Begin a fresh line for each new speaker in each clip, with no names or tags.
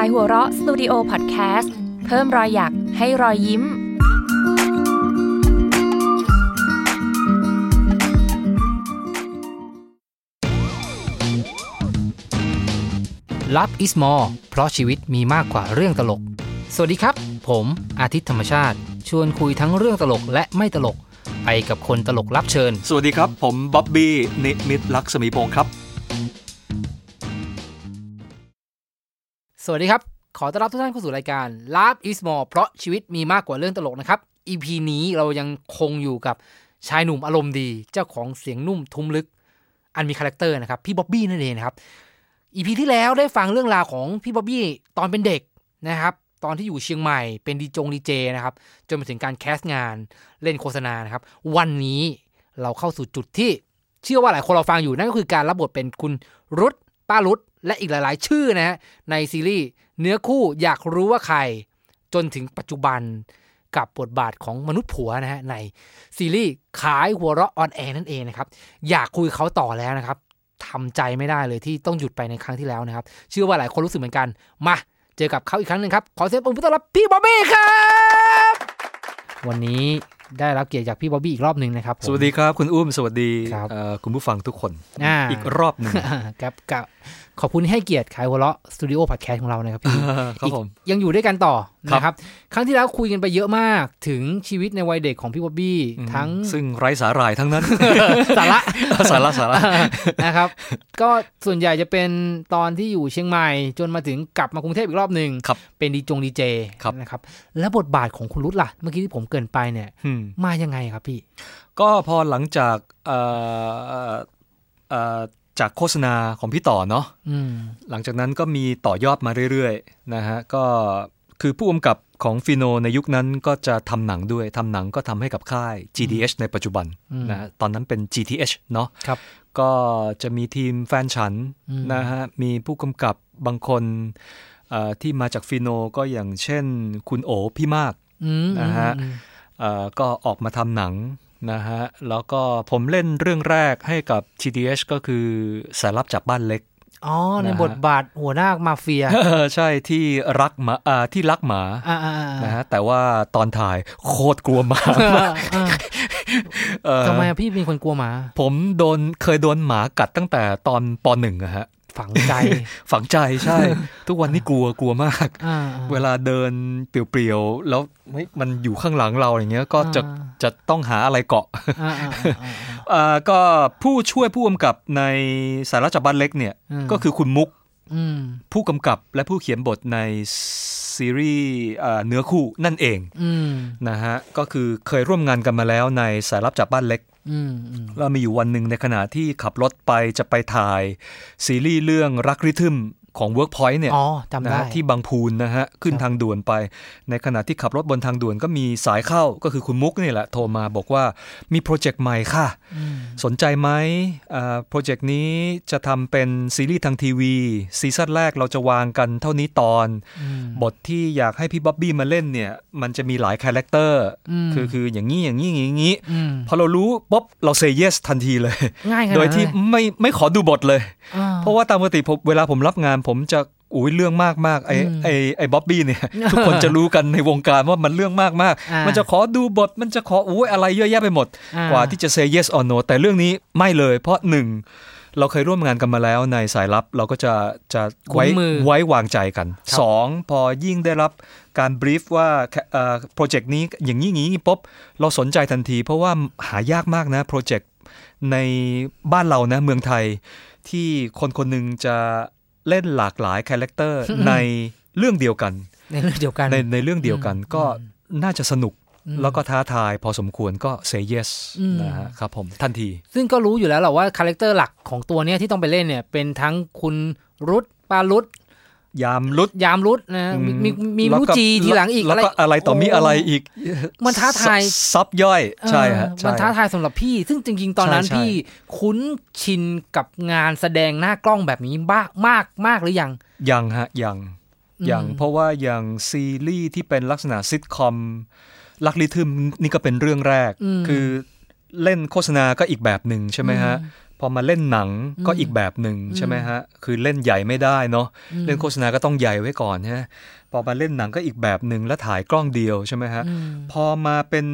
ายหัวเราะสตูดิโอพอดแคสต์เพิ่มรอยหยักให้รอยยิ้ม
Love is more เพราะชีวิตมีมากกว่าเรื่องตลก สวัสดีครับ ผมอาทิตย์ธรรมชาติ ชวนคุยทั้งเรื่องตลกและไม่ตลก ไปกับคนตลกรับเชิญ
สวัสดีครับ ผมบ๊อบบี้นิมิตรลักษมีพงศ์ครับ
สวัสดีครับ ขอต้อนรับทุกท่านเข้าสู่รายการ Love is more เพราะชีวิตมีมากกว่าเรื่องตลกนะครับ EP นี้เรายังคงอยู่กับชายหนุ่มอารมณ์ดี เจ้าของเสียงนุ่มทุ้มลึก อันมีคาแรคเตอร์นะครับ พี่บ๊อบบี้นั่นเองนะครับ EP ที่แล้วได้ฟังเรื่องราวของพี่บ๊อบบี้ตอนเป็นเด็กนะครับ ตอนที่อยู่เชียงใหม่เป็นดีจงดีเจนะครับ จนมาถึงการแคสต์งานเล่นโฆษณานะครับ วันนี้เราเข้าสู่จุดที่ เชื่อว่าหลายคนเราฟังอยู่นั่นก็คือการรับบทเป็นคุณรุตป้ารุตและอีกหลาย ๆ ชื่อนะฮะในซีรีส์เนื้อคู่อยากรู้ว่าใคร จนถึงปัจจุบันกับบทบาทของมนุษย์ผัวนะฮะในซีรีส์ขายหัวเราะออนแอร์นั่นเองนะครับ อยากคุยเขาต่อแล้วนะครับทำใจไม่ได้เลยที่ต้องหยุดไปในครั้งที่แล้วนะครับ เชื่อว่าหลายคนรู้สึกเหมือนกัน มาเจอกับเขาอีกครั้งหนึ่งครับ ขอเสียงปรบมือต้อนรับพี่บ๊อบบี้ครับ วันนี้ได้รับเกียรติจากพี่บ๊อบบี้อีกรอบหนึ่งนะครับผม
สวัสดีครับ คุณอุ้ม สวัสดี
ครับ
เอ่อคุณผู้ฟังทุกคน
อ่า
กรอบหนึ่ง
ครับกับขอบคุณที่ให้เกียรติขายหัวเราะสตูดิโอพอดแคสต์ของเรานะครับพี่
ครับผม
อีกยังอยู่ด้วยกันต่อ
ครับ
นะครับ ครั้งที่แล้วคุยกันไปเยอะมากถึงชีวิตในวัยเด็กของพี่บ๊อบบี้ทั้ง
ซึ่งไร้สาหร่ายทั้งนั้น
สาระ
สาระสาระ
นะครับ ก็ส่วนใหญ่จะเป็นตอนที่อยู่เชียงใหม่ จนมาถึงกลับมากรุงเทพอีกรอบหนึ่ง
ครับ
เป็นดีจงดีเจ
ครับ
นะครับ แล้วบทบาทของคุณรุตล่ะ เมื่อกี้ที่ผมเกรินไปเนี่ย
อืม
มายังไงครับพี่
ก็พอหลังจากเอ่อเอ่อจากโฆษณาของพี่ต่อเนาะ
อืม
หลังจากนั้นก็มีต่อยอดมาเรื่อยๆนะฮะก็คือผู้กำกับของฟิโนในยุคนั้นก็จะทำหนังด้วยทำหนังก็ทำให้กับค่าย GDH ในปัจจุบัน
อืม
นะฮะตอนนั้นเป็น GTH เนาะ
ครับ
ก็จะมีทีมแฟนฉัน
อืม
นะฮะมีผู้กำกับบางคนเอ่อที่มาจากฟิโนก็อย่างเช่นคุณโอพี่มาก
อืม
นะฮะ
อืม
เอ่อก็ออกมาทำหนังนะฮะแล้วก็ผมเล่นเรื่องแรกให้กับ GDH ก็คือสายลับจากบ้านเล็ก
อ๋อ ใน
นะฮะ
บทบาทหัวหน้ามาเฟีย
เออใช่ที่รักหมาอ่าที่รักหมา
อ่าๆๆ
นะฮะแต่ว่าตอนถ่ายโคตรกลัวหมา
เออเออ
เอ่อ
ทำไมอะพี่เป็นคนกลัวหมา
ผมโดนเคยโดนหมากัดตั้งแต่ตอนปหนึ่งอะฮะ
ฝัง ใจ
ฝังใจใช่ ทุกวันนี้กลัวกลัวมาก
อ่าๆ
เวลาเดินเปลี่ยวๆ แล้วเฮ้ยมันอยู่ข้างหลังเราอย่างเงี้ยก็จะ
อ่า
จะต้องหาอะไรเกาะ
อ่าๆๆ
เอ่อก็ผู้ช่วยผู้กำกับในสารจับบ้านเล็กเนี่ย
อืม
ก็คือคุณมุก
ๆอืม
ผู้กำกับและผู้เขียนบทในซีรีส์เอ่อเนื้อคู่นั่นเอง
อืม
นะฮะก็คือเคยร่วมงานกันมาแล้วในสายรับจากบ้านเล็ก
อืมอืม
แล้วมีอยู่วันหนึ่งในขณะที่ขับรถไปจะไปถ่าย ซีรีส์เรื่องรักริทึมของ Workpoint เนี่ย
อ๋อจำ
นะ
ได้
ฮะที่บางพูนนะฮะขึ้น
ครับ
ทางด่วนไป ในขณะที่ขับรถบนทางด่วนก็มีสายเข้าก็คือคุณมุกนี่แหละโทรมาบอกว่ามีโปรเจกต์ใหม่ค่ะ
อืม
สนใจไหมอ่าโปรเจกต์นี้จะทำเป็นซีรีส์ทางทีวีซีซั่นแรกเราจะวางกันเท่านี้ตอน
อืม
บทที่อยากให้พี่บ๊อบบี้มาเล่นเนี่ย มันจะมีหลายคาแรคเตอร์
อืม
คือคืออย่างนี้อย่างนี้อย่างนี้
อืม
พอเรารู้ปุ๊บเราเซ y เยสทันทีเลย
ง่ายขนาด
โดย
นั้น
ที่
เล
ไม่ไม่ขอดูบทเลย
อ่า
เพราะว่าตามปกติผมเวลาผมรับงาน ผมจะอุ้ยเรื่องมากมากไอ
อืม
ไอไอบ๊อบบี้เนี่ย
อ่า
ทุกคนจะรู้กันในวงการว่ามันเรื่องมากมาก
อ่ามั
มันจะขอดูบทมันจะขออุ้ยอะไรเยอะแยะไปหมด
อ่
กว่าที่จะ say yes or no แต่เรื่องนี้ไม่เลย เพราะหนึ่งเราเคยร่วมงานกันมาแล้วในสายลับเราก็จะจะไว้
คุ้นมือ
ไว้วางใจกัน
ครับ
สองพอยิ่งได้รับการ brief ว่าโปรเจกต์นี้อย่างนี้อย่างนี้ปุ๊บเราสนใจทันทีเพราะว่าหายากมากนะโปรเจกต์ในบ้านเรานะเมืองไทย ที่คนคนหนึ่งจะเล่นหลากหลายคาแรคเต อร์ ในเรื่องเดียวกัน
ในเรื่องเดียวกัน
ในในเรื่องเดียวกันก็น่าจะสนุก
อืม
แล้วก็ท้าทายพอสมควรก็ say yes
อืม
นะฮะครับผมทันที
ซึ่งก็รู้อยู่แล้วแหละว่าคาแรคเตอร์หลักของตัวเนี้ยที่ต้องไปเล่นเนี่ยเป็นทั้งคุณรุตปารุต
ยามลุด
ยามรุตนะมีมีมี
แล้ว
รุจีทีหลังอีก
แล้วก็
ะ
อะไรต่อมีอะไรอีก
มันท้าทาย
ซับซับย่อยใช่ฮะ
เออ
ใช่
มันท้าทายสำหรับพี่ ซึ่งจริง ๆ ตอนนั้น
ใช่ใช่
พี่คุ้นชินกับงานแสดงหน้ากล้องแบบนี้บ้างมากมากหรือยัง
ยังฮะยัง
อืม
ยังเพราะว่าอย่างซีรีส์ที่เป็นลักษณะซิทคอมลักลิทึมนี่ก็เป็นเรื่องแรก คือเล่นโฆษณาก็อีกแบบหนึ่งใช่ไหมฮะ พ พอมาเล่นหนังก็
อืม
อีกแบบหนึ่งใช่ไหม
อืม
ฮะคือเล่นใหญ่ไม่ได้เนาะ
อืม
เล่นโฆษณาก็ต้องใหญ่ไว้ก่อนฮะพอมาเล่นหนังก็อีกแบบหนึ่งแล้วถ่ายกล้องเดียวใช่ไหมฮะ
อืม
พอมาเป็น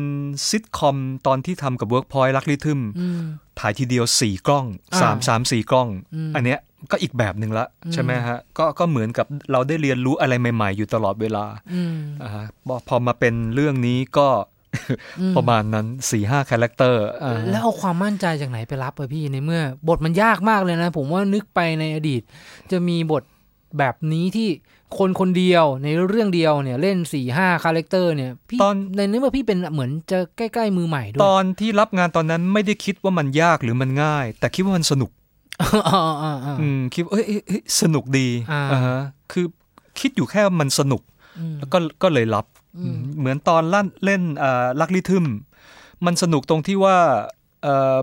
ซิทคอมตอนที่ทำกับ Workpoint ลักลิทึม
อืม
ถ่ายทีเดียว 4 กล้อง
อ่า
สามสามสี่กล้อง
อืม
อันเนี้ยก็อีกแบบหนึ่งละ
อืม
ใช่ไหมฮะก็ก็เหมือนกับเราได้เรียนรู้อะไรใหม่ๆ อยู่ตลอดเวลา
อืม
อาฮะพอพอมาเป็นเรื่องนี้ก็
อืม
ประมาณนั้น4ี่ห้าคาแรคเตอร์อ่าฮะ
แล้วเอาความมั่นใจจากไหนไปรับอะพี่ในเมื่อบทมันยากมากเลยนะ ผมว่านึกไปในอดีต จะมีบทแบบนี้ที่คนคนเดียวในเรื่องเดียวเนี่ยเล่น4ี่ห้าคาแรคเตอร์เนี่ยพี่
ตอน
ในเมื่อพี่เป็นเหมือนจะใกล้ๆมือใหม่ด้ว
ต
ย
อนที่รับงานตอนนั้นไม่ได้คิดว่ามันยากหรือมันง่าย แต่คิดว่ามันสนุก
อ่าอ่าอ่า
อืมคิดว่าเอ้ยเอ้ยเอ้ยสนุกดี
อ่า
อ่าฮะคือคิดอยู่แค่มันสนุก
อืม
แล้วก็ก็เลยรับ
อืม
เหมือนตอนลั่นเล่นเอ่อลักลิทึมมันสนุกตรงที่ว่าเอ่อ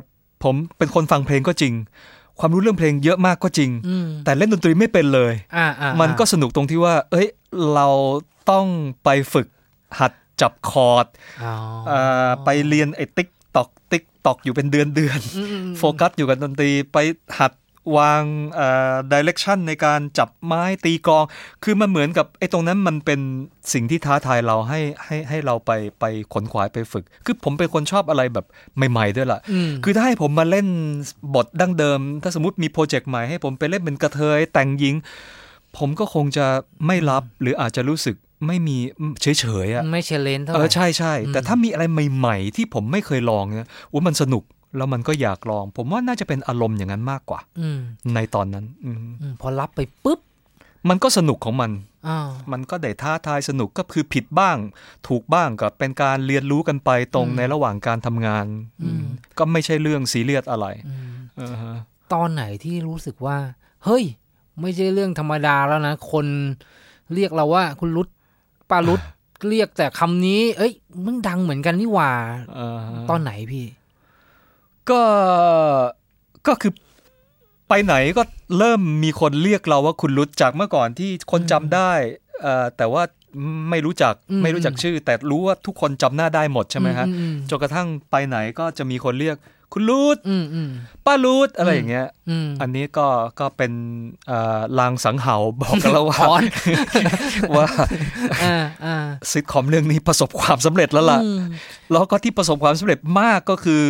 ผมเป็นคนฟังเพลงก็จริง ความรู้เรื่องเพลงเยอะมากก็จริง
อืม
แต่เล่นดนตรีไม่เป็นเลย
อ่าอ่า
มันก็สนุกตรงที่ว่า เอ้ยเราต้องไปฝึกหัดจับคอร์ด
อ๋อ
เอ่อไปเรียนไอ้ติ๊กตอกติ๊กตอกอยู่เป็นเดือนเดือนๆ
อืมอืมอืม
โฟกัสอยู่กับดนตรีไปหัดวางดิเรกชันในการจับไม้ตีกลอง คือมันเหมือนกับไอ้ตรงนั้นมันเป็นสิ่งที่ท้าทายเราให้ให้ให้เราไปไปขนขวายไปฝึก คือผมเป็นคนชอบอะไรแบบใหม่ๆด้วยล่ะ
อืม
คือถ้าให้ผมมาเล่นบทดั้งเดิม ถ้าสมมติมีโปรเจกต์ใหม่ให้ผมไปเล่นเป็นกระเทยแต่งหญิง ผมก็คงจะไม่รับหรืออาจจะรู้สึกไม่มีเฉยๆอ่ะ
ไม่เชลเลนเท่าไห
เออ
ร่
ใช่ใช่
อืม
แต่ถ้ามีอะไรใหม่ ๆ ที่ผมไม่เคยลองเนี่ยโอ้มันสนุกแล้วมันก็อยากลอง ผมว่าน่าจะเป็นอารมณ์อย่างนั้นมากกว่า
อืม
ในตอนนั้นอืม
อืมพอรับไปปุ๊บ
มันก็สนุกของมัน
อ้าว
มันก็ได้ท้าทายสนุกก็คือผิดบ้าง ถูกบ้างก็เป็นการเรียนรู้กันไปตรง
อืม
ในระหว่างการทำงาน
อืม
อืมก็ไม่ใช่เรื่องซีเรียสอะไร
อืม
อ่าฮะ
ตอนไหนที่รู้สึกว่า เฮ้ย ไม่ใช่เรื่องธรรมดาแล้วนะ คนเรียกเราว่า คุณรุดปารุด เรียกแต่คำนี้ เอ้ยมึงดังเหมือนกันนี่หว่า
อ่าฮะ
ตอนไหนพี่
ก็ก็คือไปไหนก็เริ่มมีคนเรียกเราว่าคุณรุดจากเมื่อก่อนที่คนจำได้เอ่อแต่ว่าไม่รู้จัก
อืม
ไม่รู้จักชื่อ แต่รู้ว่าทุกคนจำหน้าได้หมดใช่ไหมฮะ
อืม
จนกระทั่งไปไหนก็จะมีคนเรียกคุณรูด
อืมอืม
ป้ารูดอะไรอย่างเงี้ย
อืม
อันนี้ก็ก็เป็นเอ่อลางสังเหา บอกกันแล้วว่า
ถอน
ว่า
อ่าอ่า
ซิทคอมเรื่องนี้ประสบความสำเร็จแล้วล่ะ
อืม
แล้วก็ที่ประสบความสำเร็จมากก็คือ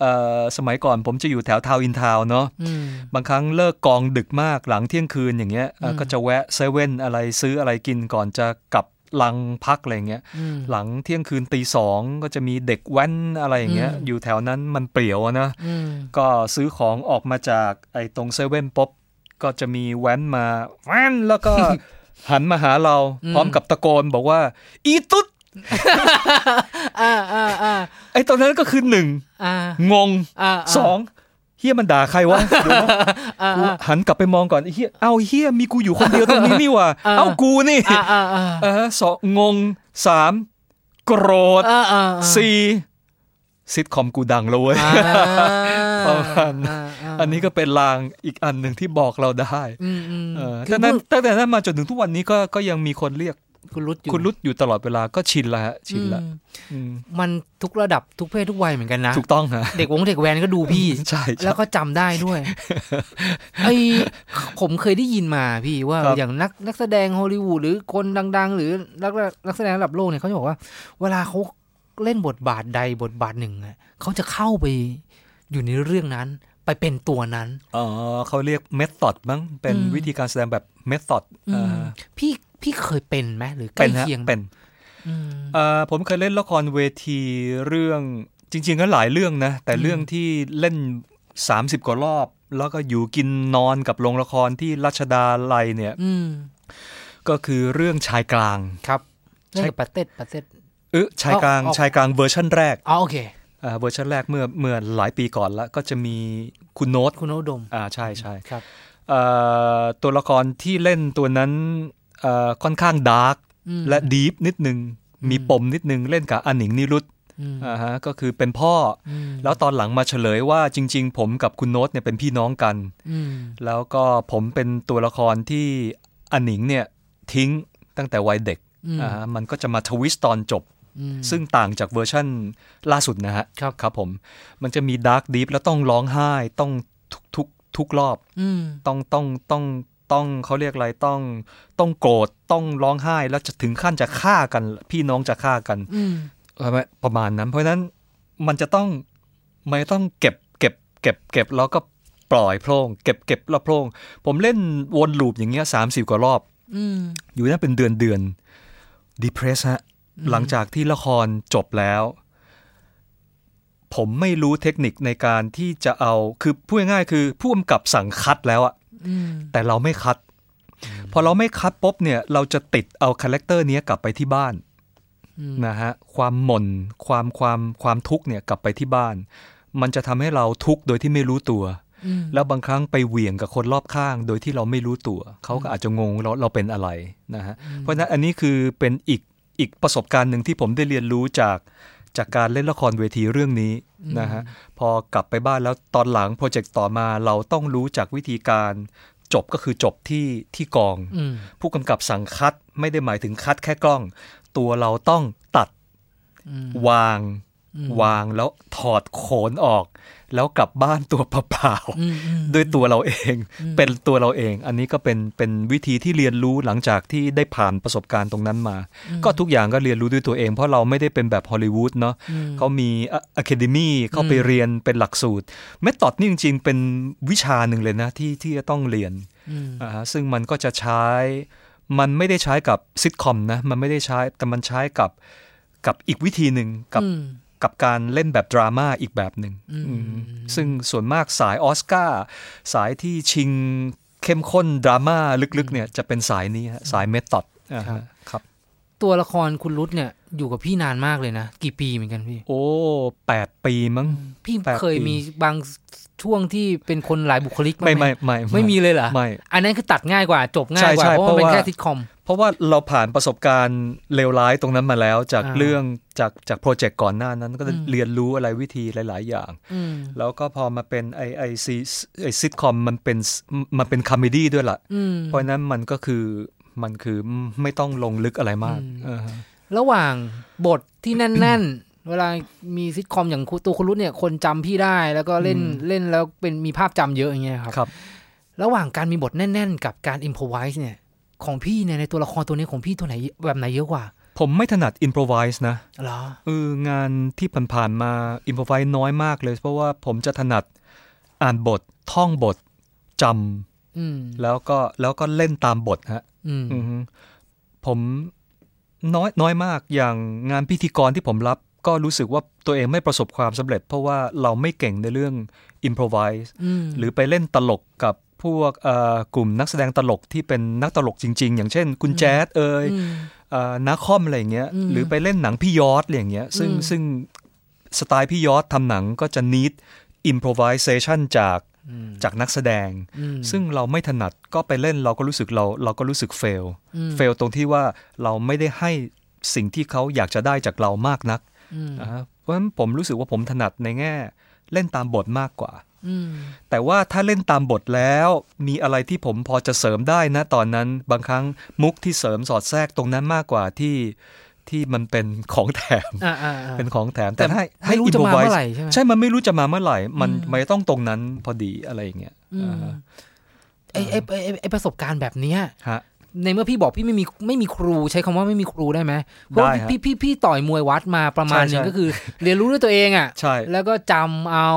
เอ่อสมัยก่อนผมจะอยู่แถวทาวอินทาวเนาะ
อืม
บางครั้งเลิกกองดึกมากหลังเที่ยงคืนอย่างเงี้ยเอ่ออ
ม
ก็จะแวะเซเว่นอะไรซื้ออะไรกินก่อนจะกลับลังพักอะไรอย่างเงี้ย
อืม
หลังเที่ยงคืนตีสองก็จะมีเด็กแว้นอะไรอย่างเงี้ย
อืม
อยู่แถวนั้นมันเปลี่ยวอะนะ
อืม
ก็ซื้อของออกมาจากไอ้ตรงเซเว่นป๊อปก็จะมีแว้นมาแว้นแล้ว ก็ หันมาหาเราพร้อมกับตะโกนบอกว่า อีตุ๊ด
อ่าอ่าอ่า
ไอ้ตอนนั้นก็คือหนึ่ง
อ่าง
ง
อ่า
สองเฮียมันด่าใคร วะเดี๋ยวนะ
อ่า
กู
อ่า
หันกลับไปมองก่อนไอ้เฮียเอาเฮียมีกูอยู่คนเดียวตรงนี้นี่หว่า
เออ
เอากูนี่
อ่าอ่าอ่า
เออสองงงสามโกรธ
อ่าอ่า
สี่ซิทคอมกูดังแล้วเว้ย
อ่า
ประมาณนั้น
อ่าา
อันนี้ก็เป็นลางอีกอันหนึ่งที่บอกเราได้
อืมอืม
เออ
คื
ตั้
อง
แต่นั้นตั้งแต่นั้นมาจนถึงทุกวันนี้ก็ก็ยังมีคนเรียก
คุณรุดอยู่
คุณรุดอยู่ตลอดเวลาก็ชินละฮะชินละ
อืม
อืม
มันทุกระดับทุกเพศทุกวัยเหมือนกันนะ
ถูกต้องฮะ
เด็กวงเด็กแวนก็ดูพี่
ใช่ใช่
แล้วก็จำได้ด้วยไอผมเคยได้ยินมาพี่ว่า
ครับ
อย่างนักนักแสดงฮอลลีวูดหรือคนดัง ๆ หรือนักนักแสดงระดับโลกเนี่ยเขาจะบอกว่า เวลาเขาเล่นบทบาทใดบทบาทหนึ่งอะเขาจะเข้าไปอยู่ในเรื่องนั้นไปเป็นตัวนั้น
อ๋อเขาเรียกเมธอดมั้งเป็น
อืม
วิธีการแสดงแบบเมธอด
อืมพี่พี่เคยเป็นไหมหรือใก
เป็
ล้
นฮะ
เคียงไหม
เป็น
อืม
เอ่อผมเคยเล่นละครเวทีเรื่องจริงๆก็หลายเรื่องนะ แต่
อืม
เรื่องที่เล่น 30 กว่ารอบ แล้วก็อยู่กินนอนกับโรงละครที่รัชดาลัยเนี่ย
อืม
ก็คือเรื่องชายกลาง
ครับ
ใช่
เล่นกับปาเต็ดปาเต็ด
เออชายกลาง
เอาเอา
ชายกลางเวอร์ชั่นแรก
อ๋อโอเค
อ่าเวอร์ชันแรกเมื่อเมื่อหลายปีก่อนแล้วก็จะมีคุณโน้ต
คุณโอดม
อ่าใช่ใช่
ครับ
เอ่อตัวละครที่เล่นตัวนั้นเอ่อค่อนข้างดาร์ก
อืม
และดีฟนิดนึง มี
อืม
ปมนิดนึงเล่นกับอันหนิงนิรุต
อืม
อ่าฮะก็คือเป็นพ่อ
อืม
อแล้วตอนหลังมาเฉลยว่าจริง ๆ ผมกับคุณโน้ตเนี่ยเป็นพี่น้องกัน
อืม
แล้วก็ผมเป็นตัวละครที่อันหนิงเนี่ยทิ้งตั้งแต่วัยเด็ก
อืม
อ่าฮะมันก็จะมาทวิสต์ตอนจบ
อืม
ซึ่งต่างจากเวอร์ชั่นล่าสุดนะฮะ
ครับ
ผม มันจะมีดาร์กด e ฟแล้วต้องร้องไห้ ต้อง ทุกทุกทุกรอบ
อืม
ต้องต้องต้องต้องเขาเรียกอะไรต้อง ต้องโกรธต้องร้องไห้แล้วจะถึงขั้นจะฆ่ากัน พี่น้องจะฆ่ากัน
อืม
เออประมาณนั้น เพราะฉะนั้นมันจะต้องมันต้องเก็บเก็บ เก็บเก็บแล้วก็ปล่อยโพร่งเก็บเก็บแล้วโพร่งผมเล่นวนลูปอย่างเงี้ยสามสิบกว่ารอบ
อืม
อยู่นั่นเป็นเดือนเดือนดีเพรสฮะ หลังจากที่ละครจบแล้ว ผมไม่รู้เทคนิคในการที่จะเอาคือพูดง่ายๆคือผู้กำกับสั่งคัดแล้วอะ
อืม
แต่เราไม่คัด พอเราไม่คัดปุ๊บเนี่ย เราจะติดเอาคาแรคเตอร์เนี้ยกลับไปที่บ้าน
อืม
นะฮะความหม่นความความความทุกข์เนี่ยกลับไปที่บ้าน มันจะทำให้เราทุกข์โดยที่ไม่รู้ตัว
อืม
แล้วบางครั้งไปเหวี่ยงกับคนรอบข้าง โดยที่เราไม่รู้ตัว เขาก็อาจจะงงเราเราเป็นอะไรนะฮะเพราะฉะนั้นอันนี้คือเป็นอีกอีกประสบการณ์หนึ่งที่ผมได้เรียนรู้จากจากการเล่นละครเวทีเรื่องนี้นะฮะพอกลับไปบ้านแล้วตอนหลังโปรเจกต์ต่อมาเราต้องรู้จากวิธีการ จบก็คือจบที่ที่กอง
อืม
ผู้กำกับสั่งคัดไม่ได้หมายถึงคัดแค่กล้อง ตัวเราต้องตัด
อืม
วาง วางแล้วถอดโขนออก แล้วกลับบ้านตัวเปล่าๆ
อืมอืม
ด้วยตัวเราเอง เป็นตัวเราเอง อันนี้ก็เป็นเป็นวิธีที่เรียนรู้หลังจากที่ได้ผ่านประสบการณ์ตรงนั้นมา ก็ทุกอย่างก็เรียนรู้ด้วยตัวเอง เพราะเราไม่ได้เป็นแบบฮอลลีวูดเนาะเขามีอะคาเดมี่เข้าไปเรียนเป็นหลักสูตรเมธอดนี่จริง ๆ เป็นวิชาหนึ่งเลยนะที่ที่จะต้องเรียน
อืม
อ่าฮะซึ่งมันก็จะใช้ มันไม่ได้ใช้กับซิทคอมนะมันไม่ได้ใช้แต่มันใช้กับกับอีกวิธีหนึ่งกับ
อืม
กับการเล่นแบบดราม่าอีกแบบหนึ่งอืมซึ่งส่วนมากสายออสการ์สายที่ชิงเข้มข้นดราม่าลึกๆเนี่ยจะเป็นสายนี้ฮะสายเมธอดอ่าฮะครับ
ตัวละครคุณรุตเนี่ยอยู่กับพี่นานมากเลยนะ กี่ปีเหมือนกันพี่
โอ้แปดปีมั้ง
พี่
แปด
เคย
ปี
มีบางช่วงที่เป็นคนหลายบุคลิกบ้าง
ไม่ไม่ไม่
ไม่มีเลยเหรอ
ไม่
อันนั้นคือตัดง่ายกว่า จบง่า
ใช่
ยกว่า
ใช่
เพราะมันเป็น
เพราะว่า
แค่ซิทคอม
เพราะว่าเราผ่านประสบการณ์เลวร้ายตรงนั้นมาแล้ว จาก
อ่า
เรื่องจากจากโปรเจกต์ก่อนหน้านั้นก็
อืม
เรียนรู้อะไรวิธีหลาย ๆ อย่าง
อืม
แล้วก็พอมาเป็นไอไอซีไอซิทคอมมันเป็นมันเป็นคอมเมดี้ด้วยล่ะ
อืม
เพราะฉะนั้นมันก็คือมันคือไม่ต้องลงลึกอะไรมาก
อืม
เออฮะ
ระหว่างบทที่แน่น ๆ เวลามีซิทคอมอย่างคุณตัวคุณรุตเนี่ย คนจำพี่ได้แล้วก็เล่นเล่นแล้วเป็นมีภาพจำเยอะอย่างเงี้ยครับ
ครับ
ระหว่างการมีบทแน่น ๆ กับการอิมพอไวส์เนี่ย ของพี่เนี่ยในตัวละครตัวนี้ของพี่ตัวไหนแบบไหนเยอะกว่า
ผมไม่ถนัดอิน r o รไวส์นะ
เหรอ
เอองานที่ผ่านๆมาอิน r o รไวส์น้อยมากเลย เพราะว่าผมจะถนัดอ่านบท ท่องบทจ
อืม
ำแล้วก็แล้วก็เล่นตามบทฮะ
อืม
อือฮึผมน้อยน้อยมากอย่างงานพิธีกรที่ผมรับก็รู้สึกว่าตัวเองไม่ประสบความสำเร็จ เพราะว่าเราไม่เก่งในเรื่องอิน r o รไวส์
อืม
หรือไปเล่นตลกกับพวกเอ่อกลุ่มนักแสดงตลกที่เป็นนักตลกจริง ๆ อย่างเช่น คุณแจ๊ดเอ่ย
อืม
เอ่อนาคอมอะไรอย่างเงี้ย
อืม
หรือไปเล่นหนังพี่ยอดอะไรอย่างเงี้ยซึ่ง
อืม
ซึ่งสไตล์พี่ยอดทำหนังก็จะ need improvisation จาก
อืม
จากนักแสดง
อืม
ซึ่งเราไม่ถนัดก็ไปเล่นเราก็รู้สึกเราเราก็รู้สึกเฟล
อืม
เฟลตรงที่ว่าเราไม่ได้ให้สิ่งที่เขาอยากจะได้จากเรามากนัก
อืม
อ่าเพราะฉะนั้นผมรู้สึกว่าผมถนัดในแง่เล่นตามบทมากกว่า
อืม
แต่ว่าถ้าเล่นตามบทแล้วมีอะไรที่ผมพอจะเสริมได้นะตอนนั้นบางครั้งมุกที่เสริมสอดแทรกตรงนั้นมากกว่าที่ที่มันเป็นของแถม
อ่าอ่าอ่า
เป็นของแถมแต่ถ้าให้
ไม่รู้จะมา
improvise
เมื่อไหร่ใช่ไหม
ใช่มันไม่รู้จะมาเมื่อไหร่ มัน
อืม
มันต้องตรงนั้นพอดีอะไรอย่างเงี้ย
อืม
อ่าฮะ
ไอไอไอ้ไอ้ไอประสบการณ์แบบเนี้ย
ฮะ
ในเมื่อพี่บอกพี่ไม่มีไม่มีครูใช้คำว่าไม่มีครูได้ไหมเพราะว่า
ได้ฮะ
พี่พี่พี่ต่อยมวยวัดมาประมาณหนึ่ง
ใช่ใช่
ก็คือ เรียนรู้ด้วยตัวเองอ่ะ
ใช่
แล้วก็จำเอา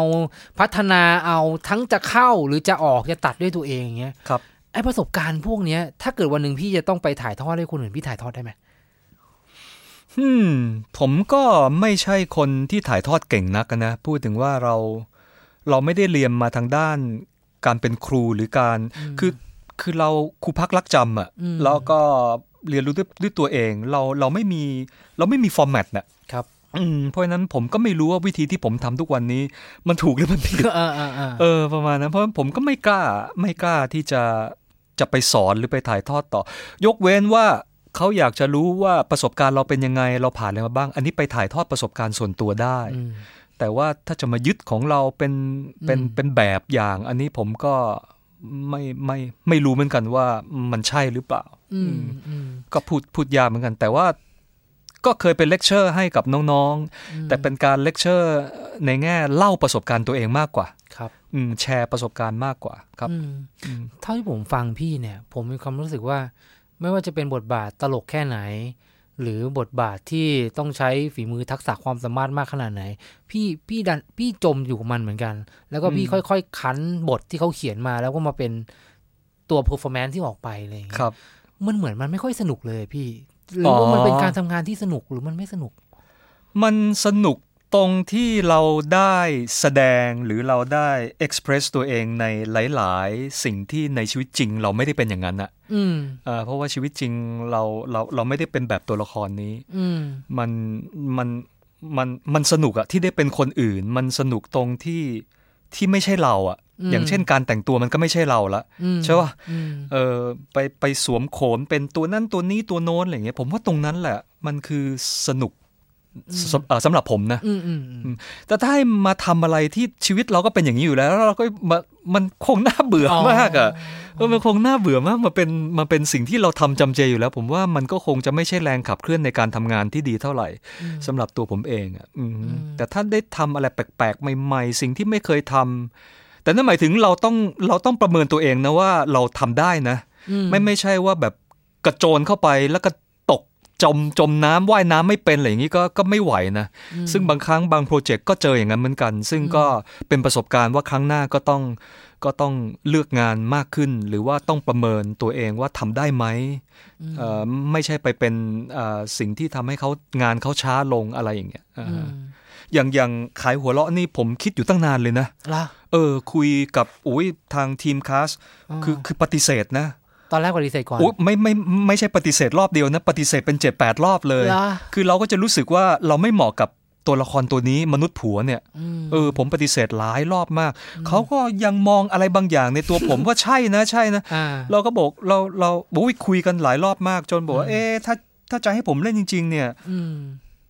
พัฒนาเอาทั้งจะเข้าหรือจะออกจะตัดด้วยตัวเองอย่างเงี้ย
ครับ
ไอประสบการณ์พวกเนี้ย ถ้าเกิดวันหนึ่งพี่จะต้องไปถ่ายทอดให้คนอื่นพี่ถ่ายทอดได้ไหม
อืมผมก็ไม่ใช่คนที่ถ่ายทอดเก่งนักนะ พูดถึงว่าเราเราไม่ได้เรียนมาทางด้านการเป็นครูหรือการ คือคือเราครูพักรักจำอะ
อืม
แล้วก็เรียนรู้ด้วยด้วยตัวเองเราเราไม่มีเราไม่มีฟอร์แมตน่ะ
ครับ
อืมเพราะฉะนั้นผมก็ไม่รู้ว่าวิธีที่ผมทำทุกวันนี้ มันถูกหรือมันผิด
เออเออเออ
เออประมาณนั้นเพราะผมก็ไม่กล้าไม่กล้าที่จะจะไปสอนหรือไปถ่ายทอดต่อ ยกเว้นว่าเขาอยากจะรู้ว่าประสบการณ์เราเป็นยังไงเราผ่านอะไรมาบ้าง อันนี้ไปถ่ายทอดประสบการณ์ส่วนตัวได้
อืม
แต่ว่าถ้าจะมายึดของเราเป็นเป็น
อืม
เป็นแบบอย่าง อันนี้ผมก็ไม่ไม่ไม่รู้เหมือนกันว่ามันใช่หรือเปล่า
อืมอืม
ก็พูดพูดยากเหมือนกัน แต่ว่า ก็เคยเป็นเลคเชอร์ให้กับน้อง
อืม
ๆ แต่เป็นการเลคเชอร์ในแง่เล่าประสบการณ์ตัวเองมากกว่า
ครับ
อืมแชร์ประสบการณ์มากกว่าครับ
อืม
อืม
เท่าที่ผมฟังพี่เนี่ย ผมมีความรู้สึกว่า ไม่ว่าจะเป็นบทบาทตลกแค่ไหน หรือบทบาทที่ต้องใช้ฝีมือทักษะความสามารถมากขนาดไหน พี่พี่ดันพี่จมอยู่กับมันเหมือนกัน แล้วก็พี่ค่อยๆคั้นบทที่เขาเขียนมา แล้วก็มาเป็นตัวเพอร์ฟอร์แมนซ์ที่ออกไปอะไรอย่างเงี้
ค
ย
รับ
มันเหมือนมันไม่ค่อยสนุกเลยพี่ หรือว่ามันเป็นการทำงานที่สนุกหรือมันไม่สนุก
มันสนุกตรงที่เราได้แสดงหรือเราได้เอ็กเพรสตัวเองในหลาย ๆ สิ่งที่ในชีวิตจริง เราไม่ได้เป็นอย่างนั้นอะ
อืม
เอ่อเพราะว่าชีวิตจริงเราเราเราไม่ได้เป็นแบบตัวละครนี้
อืม
มันมันมันมันสนุกอะที่ได้เป็นคนอื่น มันสนุกตรงที่ที่ไม่ใช่เราอะ
อืม
อย่างเช่นการแต่งตัวมันก็ไม่ใช่เราละ
อืม
ใช่ปะ
อืม
เออไปไปสวมโขนเป็นตัวนั่นตัวนี้ตัวโน้นอะไรอย่างเงี้ยผมว่าตรงนั้นแหละ มันคือสนุกสำเอ่อสำหรับผมนะ
อืมอืมอืม
แต่ถ้าให้มาทำอะไรที่ชีวิตเราก็เป็นอย่างนี้อยู่แล้วแล้วเราก็มามันคงน่าเบื่อมากอะเออมันคงน่าเบื่อมากมาเป็นมาเป็นสิ่งที่เราทำจำเจอยู่แล้ว ผมว่ามันก็คงจะไม่ใช่แรงขับเคลื่อนในการทำงานที่ดีเท่าไหร่สำหรับตัวผมเองอะอืมแต่ถ้าได้ทำอะไรแปลกๆ ใหม่ๆ สิ่งที่ไม่เคยทำแต่นั่นหมายถึงเราต้องเราต้องประเมินตัวเองนะว่าเราทำได้นะ
อื
ไม่ไม่ใช่ว่าแบบกระโจนเข้าไปแล้วก็ตกจมจมน้ำว่ายน้ำไม่เป็นอะไรอย่างนี้ก็ก็ไม่ไหวนะ
อืม
ซึ่งบางครั้งบางโปรเจกต์ก็เจออย่างนั้นเหมือนกัน ซึ่งก็เป็นประสบการณ์ว่าครั้งหน้าก็ต้องก็ต้องเลือกงานมากขึ้น หรือว่าต้องประเมินตัวเองว่าทำได้ไหมเอ่อไม่ใช่ไปเป็นเอ่อสิ่งที่ทำให้เขางานเขาช้าลงอะไรอย่างเงี้ยอ่า
อืม
อย่างอย่างขายหัวเราะนี่ผมคิดอยู่ตั้งนานเลยนะ
ล่ะ
เออ คุยกับอุ้ยทางทีมคาสคือคือปฏิเสธนะ
ตอนแรกปฏิเสธก่อน
อุ้ยไม่ไม่ไม่ใช่ปฏิเสธรอบเดียวนะ ปฏิเสธเป็นเจ็ดแปดรอบเลย
ล่ะ
คือเราก็จะรู้สึกว่าเราไม่เหมาะกับตัวละครตัวนี้มนุษย์ผัวเนี่ย
อืม
เออผมปฏิเสธหลายรอบมาก เขาก็ยังมองอะไรบางอย่างในตัวผม ว่าใช่นะใช่นะ
อ่า
เราก็บอกเราเราบอกว่าคุยกันหลายรอบมาก จนบอกว่า
อืม
เอ๊ะถ้าถ้าจะให้ผมเล่นจริง ๆ เนี่ย
อืม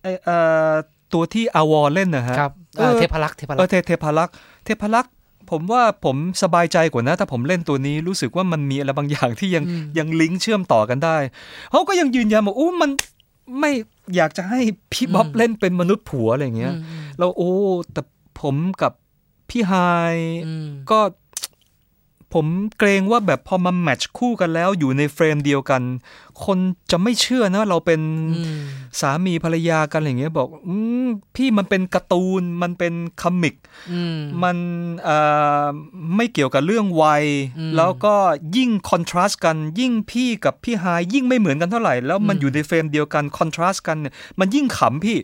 ไอ้เอ่อตัวที่อาวรเล่นนะฮะ
ครับเออ
เออ
เทพรักษ์เทพรั
เอก อ
ษ์
เทเทพารักษ์เทพารักษ์ผมว่าผมสบายใจกว่านะถ้าผมเล่นตัวนี้รู้สึกว่ามันมีอะไรบางอย่างที่ยัง
ม
ยังลิงก์เชื่อมต่อกันได้เขาก็ยังยืนยันบอกอู้มันไม่อยากจะให้พี่บ๊อบเล่นเป็นมนุษย์ผัวอะไรอย่างเงี้ย
อืมอืม
เราโอ้แต่ผมกับพี่ไฮาย
อืม
ก็ ผมเกรงว่าแบบพอมาแมทช์คู่กันแล้วอยู่ในเฟรมเดียวกัน คนจะไม่เชื่อนะเราเป็น
อืม
สามีภรรยากันอะไรอย่างเงี้ยบอกอมพี่มันเป็นการ์ตูนมันเป็นคอมิก
อืม
มันเอ่อไม่เกี่ยวกับเรื่องวัย
อืม
แล้วก็ยิ่งคอนทราสต์กัน ยิ่งพี่กับพี่ไฮายยิ่งไม่เหมือนกันเท่าไหร่ แล้วมัน
อืม
อยู่ในเฟรมเดียวกันคอนทราสต์กันเนี่ยมันยิ่งขำพี่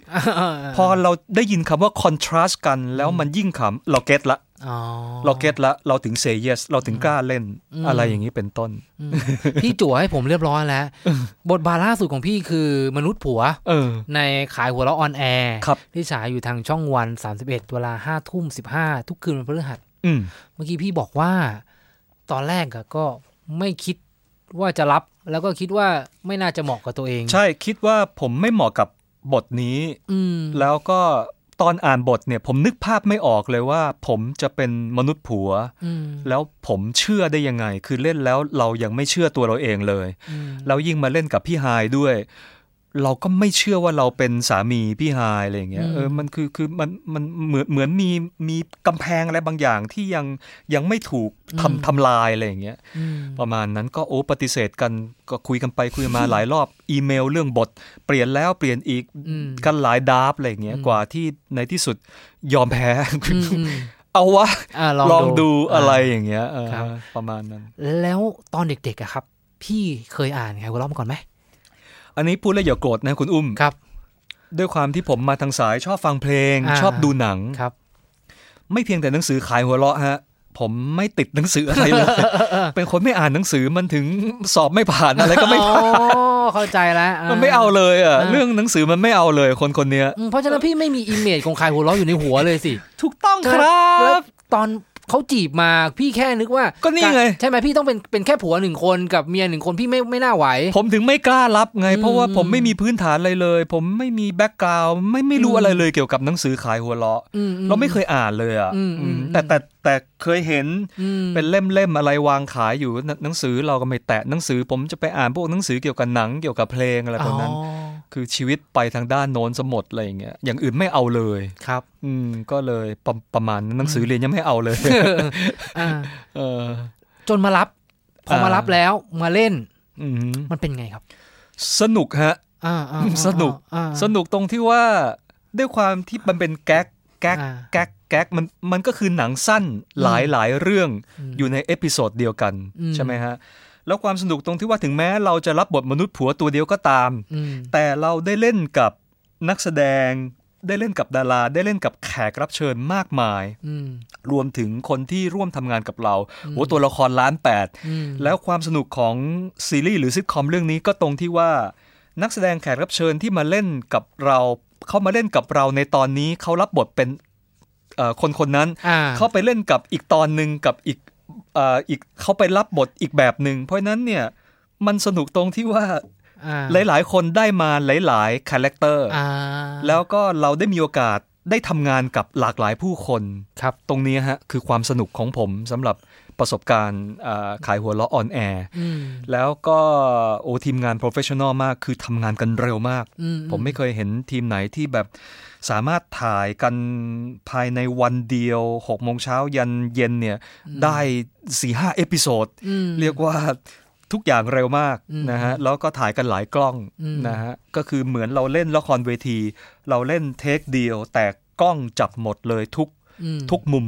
พอ
อ
เราได้ยินคำว่า contrast กันแล้วมันยิ่งขำเราเก็ตละ
๋อ
เราเก็ตละ เราถึง say yes เราถึงกล้าเล่น
อืม
อะไรอย่างนี้เป็นต้น
อืมพี่จั่วให้ผมเรียบร้อยแล้ว บทบาทล่าสุดของพี่คือมนุษย์ผัว
เออ
ในขายหัวเราะออนแอร์
ครับ
ที่ฉายอยู่ทางช่องวัน 31 เวลา5ทุ่ม 15 ทุกคืนวันพฤหัส
อืม
เมื่อกี้พี่บอกว่า ตอนแรกอะก็ไม่คิดว่าจะรับ แล้วก็คิดว่าไม่น่าจะเหมาะกับตัวเอง
ใช่คิดว่าผมไม่เหมาะกับบทนี้
อืม
แล้วก็ตอนอ่านบทเนี่ย ผมนึกภาพไม่ออกเลยว่า ผมจะเป็นมนุษย์ผัว
อืม
แล้วผมเชื่อได้ยังไง คือเล่นแล้วเรายังไม่เชื่อตัวเราเองเลย
อืม
แล้วยิ่งมาเล่นกับพี่ไฮายด้วย เราก็ไม่เชื่อว่าเราเป็นสามีพี่ไฮายอะไรอย่างเงี้ยเออมันคือคือมันมันเหมือนเหมือนมีมีกำแพงอะไรบางอย่างที่ยังยังไม่ถูกทำทำลายอะไรอย่างเงี้ย
อืม
ประมาณนั้นก็โอ้ปฏิเสธกันก็คุยกันไปคุยกันมา หลายรอบอีเมลเรื่องบท เปลี่ยนแล้วเปลี่ยนอีก
อืม
กันหลายดาร์ฟอะไรอย่างเงี้ยกว่าที่ในที่สุดยอมแพ้
อืมอืม
เอาวะ
อ่า
ลองดูอะไร
า
อย่างเงี้ยเออ
ครับ
ประมาณนั้น
แล้วตอนเด็กๆอะครับ พี่เคยอ่านขายหัวเราะมาก่อนไหม
อันนี้พูดแล้วอย่าโกรธนะคุณอุ้ม
ครับ
ด้วยความที่ผมมาทางสายชอบฟังเพลง
อ่า
ชอบดูหนัง
ครับ
ไม่เพียงแต่หนังสือขายหัวเราะฮะ ผมไม่ติดหนังสืออะไรเลย เป็นคนไม่อ่านหนังสือมันถึงสอบไม่ผ่านอะไรก็ไม่
อ๋อ
ผ่าน
เข้าใจแล้ว
มันไม่เอาเลยอ่ะ
อ่า
เรื่องหนังสือมันไม่เอาเลยคนคนเนี้ย
อืมเพราะฉะนั้นพี่ไม่มีอิมเมจของขายหัวเราะอยู่ในหัวเลยสิ
ถูกต้อง คร
แล้
ั
ว
บ
ตอนเขาจีบมาพี่แค่นึกว่า
ก็นี่ไง
ใช่ไหมพี่ต้องเป็นเป็นแค่ผัวหนึ่งคนกับเมียหนึ่งคนพี่ไม่ไม่น่าไหว
ผมถึงไม่กล้ารับไง เพราะว่า
อืม
ผมไม่มีพื้นฐานอะไรเลย ผมไม่มีแบ็กกราวไม่ไม่รู้
อืม
อะไรเลยเกี่ยวกับหนังสือขายหัวเราะ
อือื
เราไม่เคยอ่านเลยอ่ะ
อืมอืม
แต่แต่แต่เคยเห็น
อืม
เป็นเล่มๆอะไรวางขายอยู่หนหนังสือเราก็ไม่แตะหนังสือผมจะไปอ่านพวกหนังสือเกี่ยวกับหนังเกี่ยวกับเพลงอะไรพวกนั้น
อ๋อ
คือชีวิตไปทางด้านโน้นสมดอะไรอย่างเงี้ยอย่างอื่นไม่เอาเลย
ครับ
อืมก็เลยประประมาณนั้นหนังสือเรียนยังไม่เอาเลย
อ่า
เออ
จนมารับ พอมา
อ่า
รับแล้วมาเล่น
อืม
มันเป็นไงครับ
สนุกฮะ
อ่าอ่าอ่า
สนุก
อ่า
สนุกตรงที่ว่าด้วยความที่มันเป็นแก๊กแก๊ก
อ่า
แก๊กแก๊กมันมันก็คือหนังสั้นหลายหลายเรื่อง
ม
อยู่ในเอพิโซดเดียวกัน
อืม
ใช่ไหมฮะ แล้วความสนุกตรงที่ว่าถึงแม้เราจะรับบทมนุษย์ผัวตัวเดียวก็ตาม
อืม
แต่เราได้เล่นกับนักแสดง ได้เล่นกับดารา ได้เล่นกับแขกรับเชิญมากมาย
อืม
รวมถึงคนที่ร่วมทำงานกับเรา
อืม
โอ้ตัวละครล้านแปด
อืม
แล้วความสนุกของซีรีส์หรือซิทคอมเรื่องนี้ก็ตรงที่ว่านักแสดงแขกรับเชิญที่มาเล่นกับเราเขามาเล่นกับเราในตอนนี้เขารับบทเป็นเอ่อคนคนนั้น
อ่า
เขาไปเล่นกับอีกตอนหนึ่งกับอีกเอ่ออีกเขาไปรับบทอีกแบบหนึ่งเพราะฉะนั้นเนี่ยมันสนุกตรงที่ว่า
อ่า
หลาย ๆ คนได้มาหลายๆคาแรคเตอร์
อ่า
แล้วก็เราได้มีโอกาสได้ทำงานกับหลากหลายผู้คน
ครับ
ตรงนี้ฮะคือความสนุกของผมสำหรับประสบการณ์เอ่อขายหัวเราะออนแอร์
อืม
แล้วก็โอทีมงานโปรเฟชชั่นอลมากคือทำงานกันเร็วมาก
อืม
ผมไม่เคยเห็นทีมไหนที่แบบสามารถถ่ายกันภายในวันเดียว6โมงเช้ายันเย็นเนี่ย ได้4ี่ห้าเอพิโซด
อืม
เรียกว่าทุกอย่างเร็วมาก
อืม
นะฮะแล้วก็ถ่ายกันหลายกล้อง
อืม
นะฮะก็คือเหมือนเราเล่นละครเวที เราเล่นเทคเดียว แต่กล้องจับหมดเลยทุก
อืม
ทุกมุม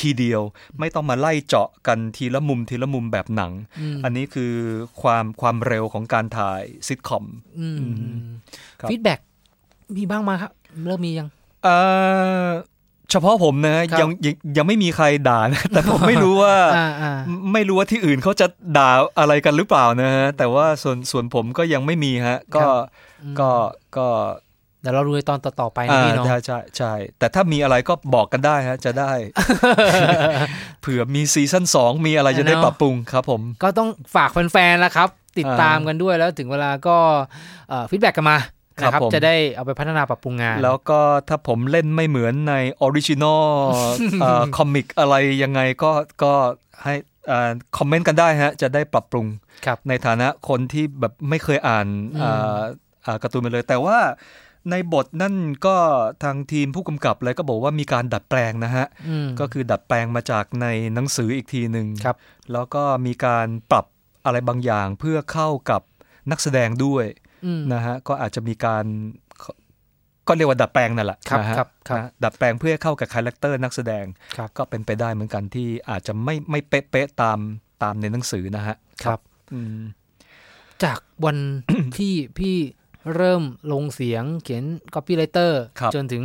ทีเดียวไม่ต้องมาไล่เจาะกันทีละมุมทีละมุมแบบหนัง
ม
อันนี้คือความความเร็วของการถ่ายซิทคอม
อืม
อืมครับ
ฟีดแบ็กมีบ้างมาครับ เริ่มมียัง
เอ่อเฉพาะผมนะ
ครั
ยั
บ
งยังยังไม่มีใครด่านะ แต่ผมไม่รู้ว่า
อ่าอ่า
ไม่ไม่รู้ว่าที่อื่นเขาจะด่าอะไรกันหรือเปล่านะฮะแต่ว่าส่วนส่วนผมก็ยังไม่มีฮะ ก็ก็ก็
เดี๋ยวเราดูในตอนต่อๆไปนะ
อ่า
พี่เน้อง
ใช่ใช่ใช่แต่ถ้ามีอะไรก็บอกกันได้ฮะ จะได้ เผื่อมีซีซั่นสองมีอะไรจะได้ปรับปรุงครับผม
ก็ต้องฝากแฟนๆแล้วครับ ติดตามกันด้วยแล้วถึงเวลาก็ฟีดแบ็กกันมา
ครับ
นะครับ
ผม
จะได้เอาไปพัฒนาปรับปรุงงาน
แล้วก็ถ้าผมเล่นไม่เหมือนในออริจินอล คอมิกอะไรยังไงก็ก็ให้คอมเมนต์กันได้ฮะ จะได้ปรับปรุง
ครับ
ในฐานะคนที่แบบไม่เคยอ่าน
อืม
อ่าอ่าการ์ตูนมาเลย แต่ว่าในบทนั่นก็ทางทีมผู้กำกับเลยก็บอกว่ามีการดัดแปลงนะฮะ
อืม
ก็คือดัดแปลงมาจากในหนังสืออีกทีหนึ่ง
ครับ
แล้วก็มีการปรับอะไรบางอย่างเพื่อเข้ากับนักแสดงด้วย
ม
นะฮะก็อาจจะมีการก็เรียกว่าดัดแปลงนั่นแหละ
ครับ
นะฮะ
ครับครับ
นะดัดแปลงเพื่อเข้ากับคาแรคเตอร์นักแสดง
ครับ
ก็เป็นไปได้เหมือนกันที่อาจจะไม่ไม่เป๊ะๆตามตามในหนังสือนะฮะ
ครับ
อืม
จาก วัน ที่พี่เริ่มลงเสียงเขียน copywriter จนถึง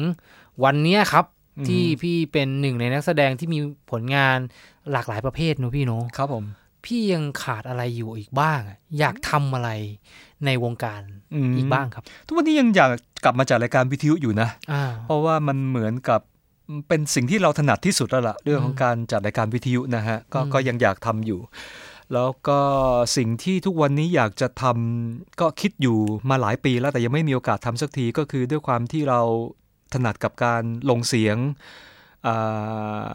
วันเนี้ยครับ ที่พี่เป็นหนึ่งในนักแสดงที่มีผลงานหลากหลายประเภทเนอะพี่เนอะ
ครับผม
พี่ยังขาดอะไรอยู่อีกบ้างอะอยากทำอะไรในวงการ
ม
อีกบ้างครับ
ทุกวันนี้ยังอยากกลับมาจัดรายการวิทยุอยู่นะ
อ่า
เพราะว่ามันเหมือนกับเป็นสิ่งที่เราถนัดที่สุดแล้วล่ะเรื่องของ
อืม
การจัดรายการวิทยุนะฮะก็
อืม
ก็ยังอยากทำอยู่ แล้วก็สิ่งที่ทุกวันนี้อยากจะทำก็คิดอยู่มาหลายปีแล้วแต่ยังไม่มีโอกาสทำสักทีก็คือด้วยความที่เราถนัดกับการลงเสียงอ่า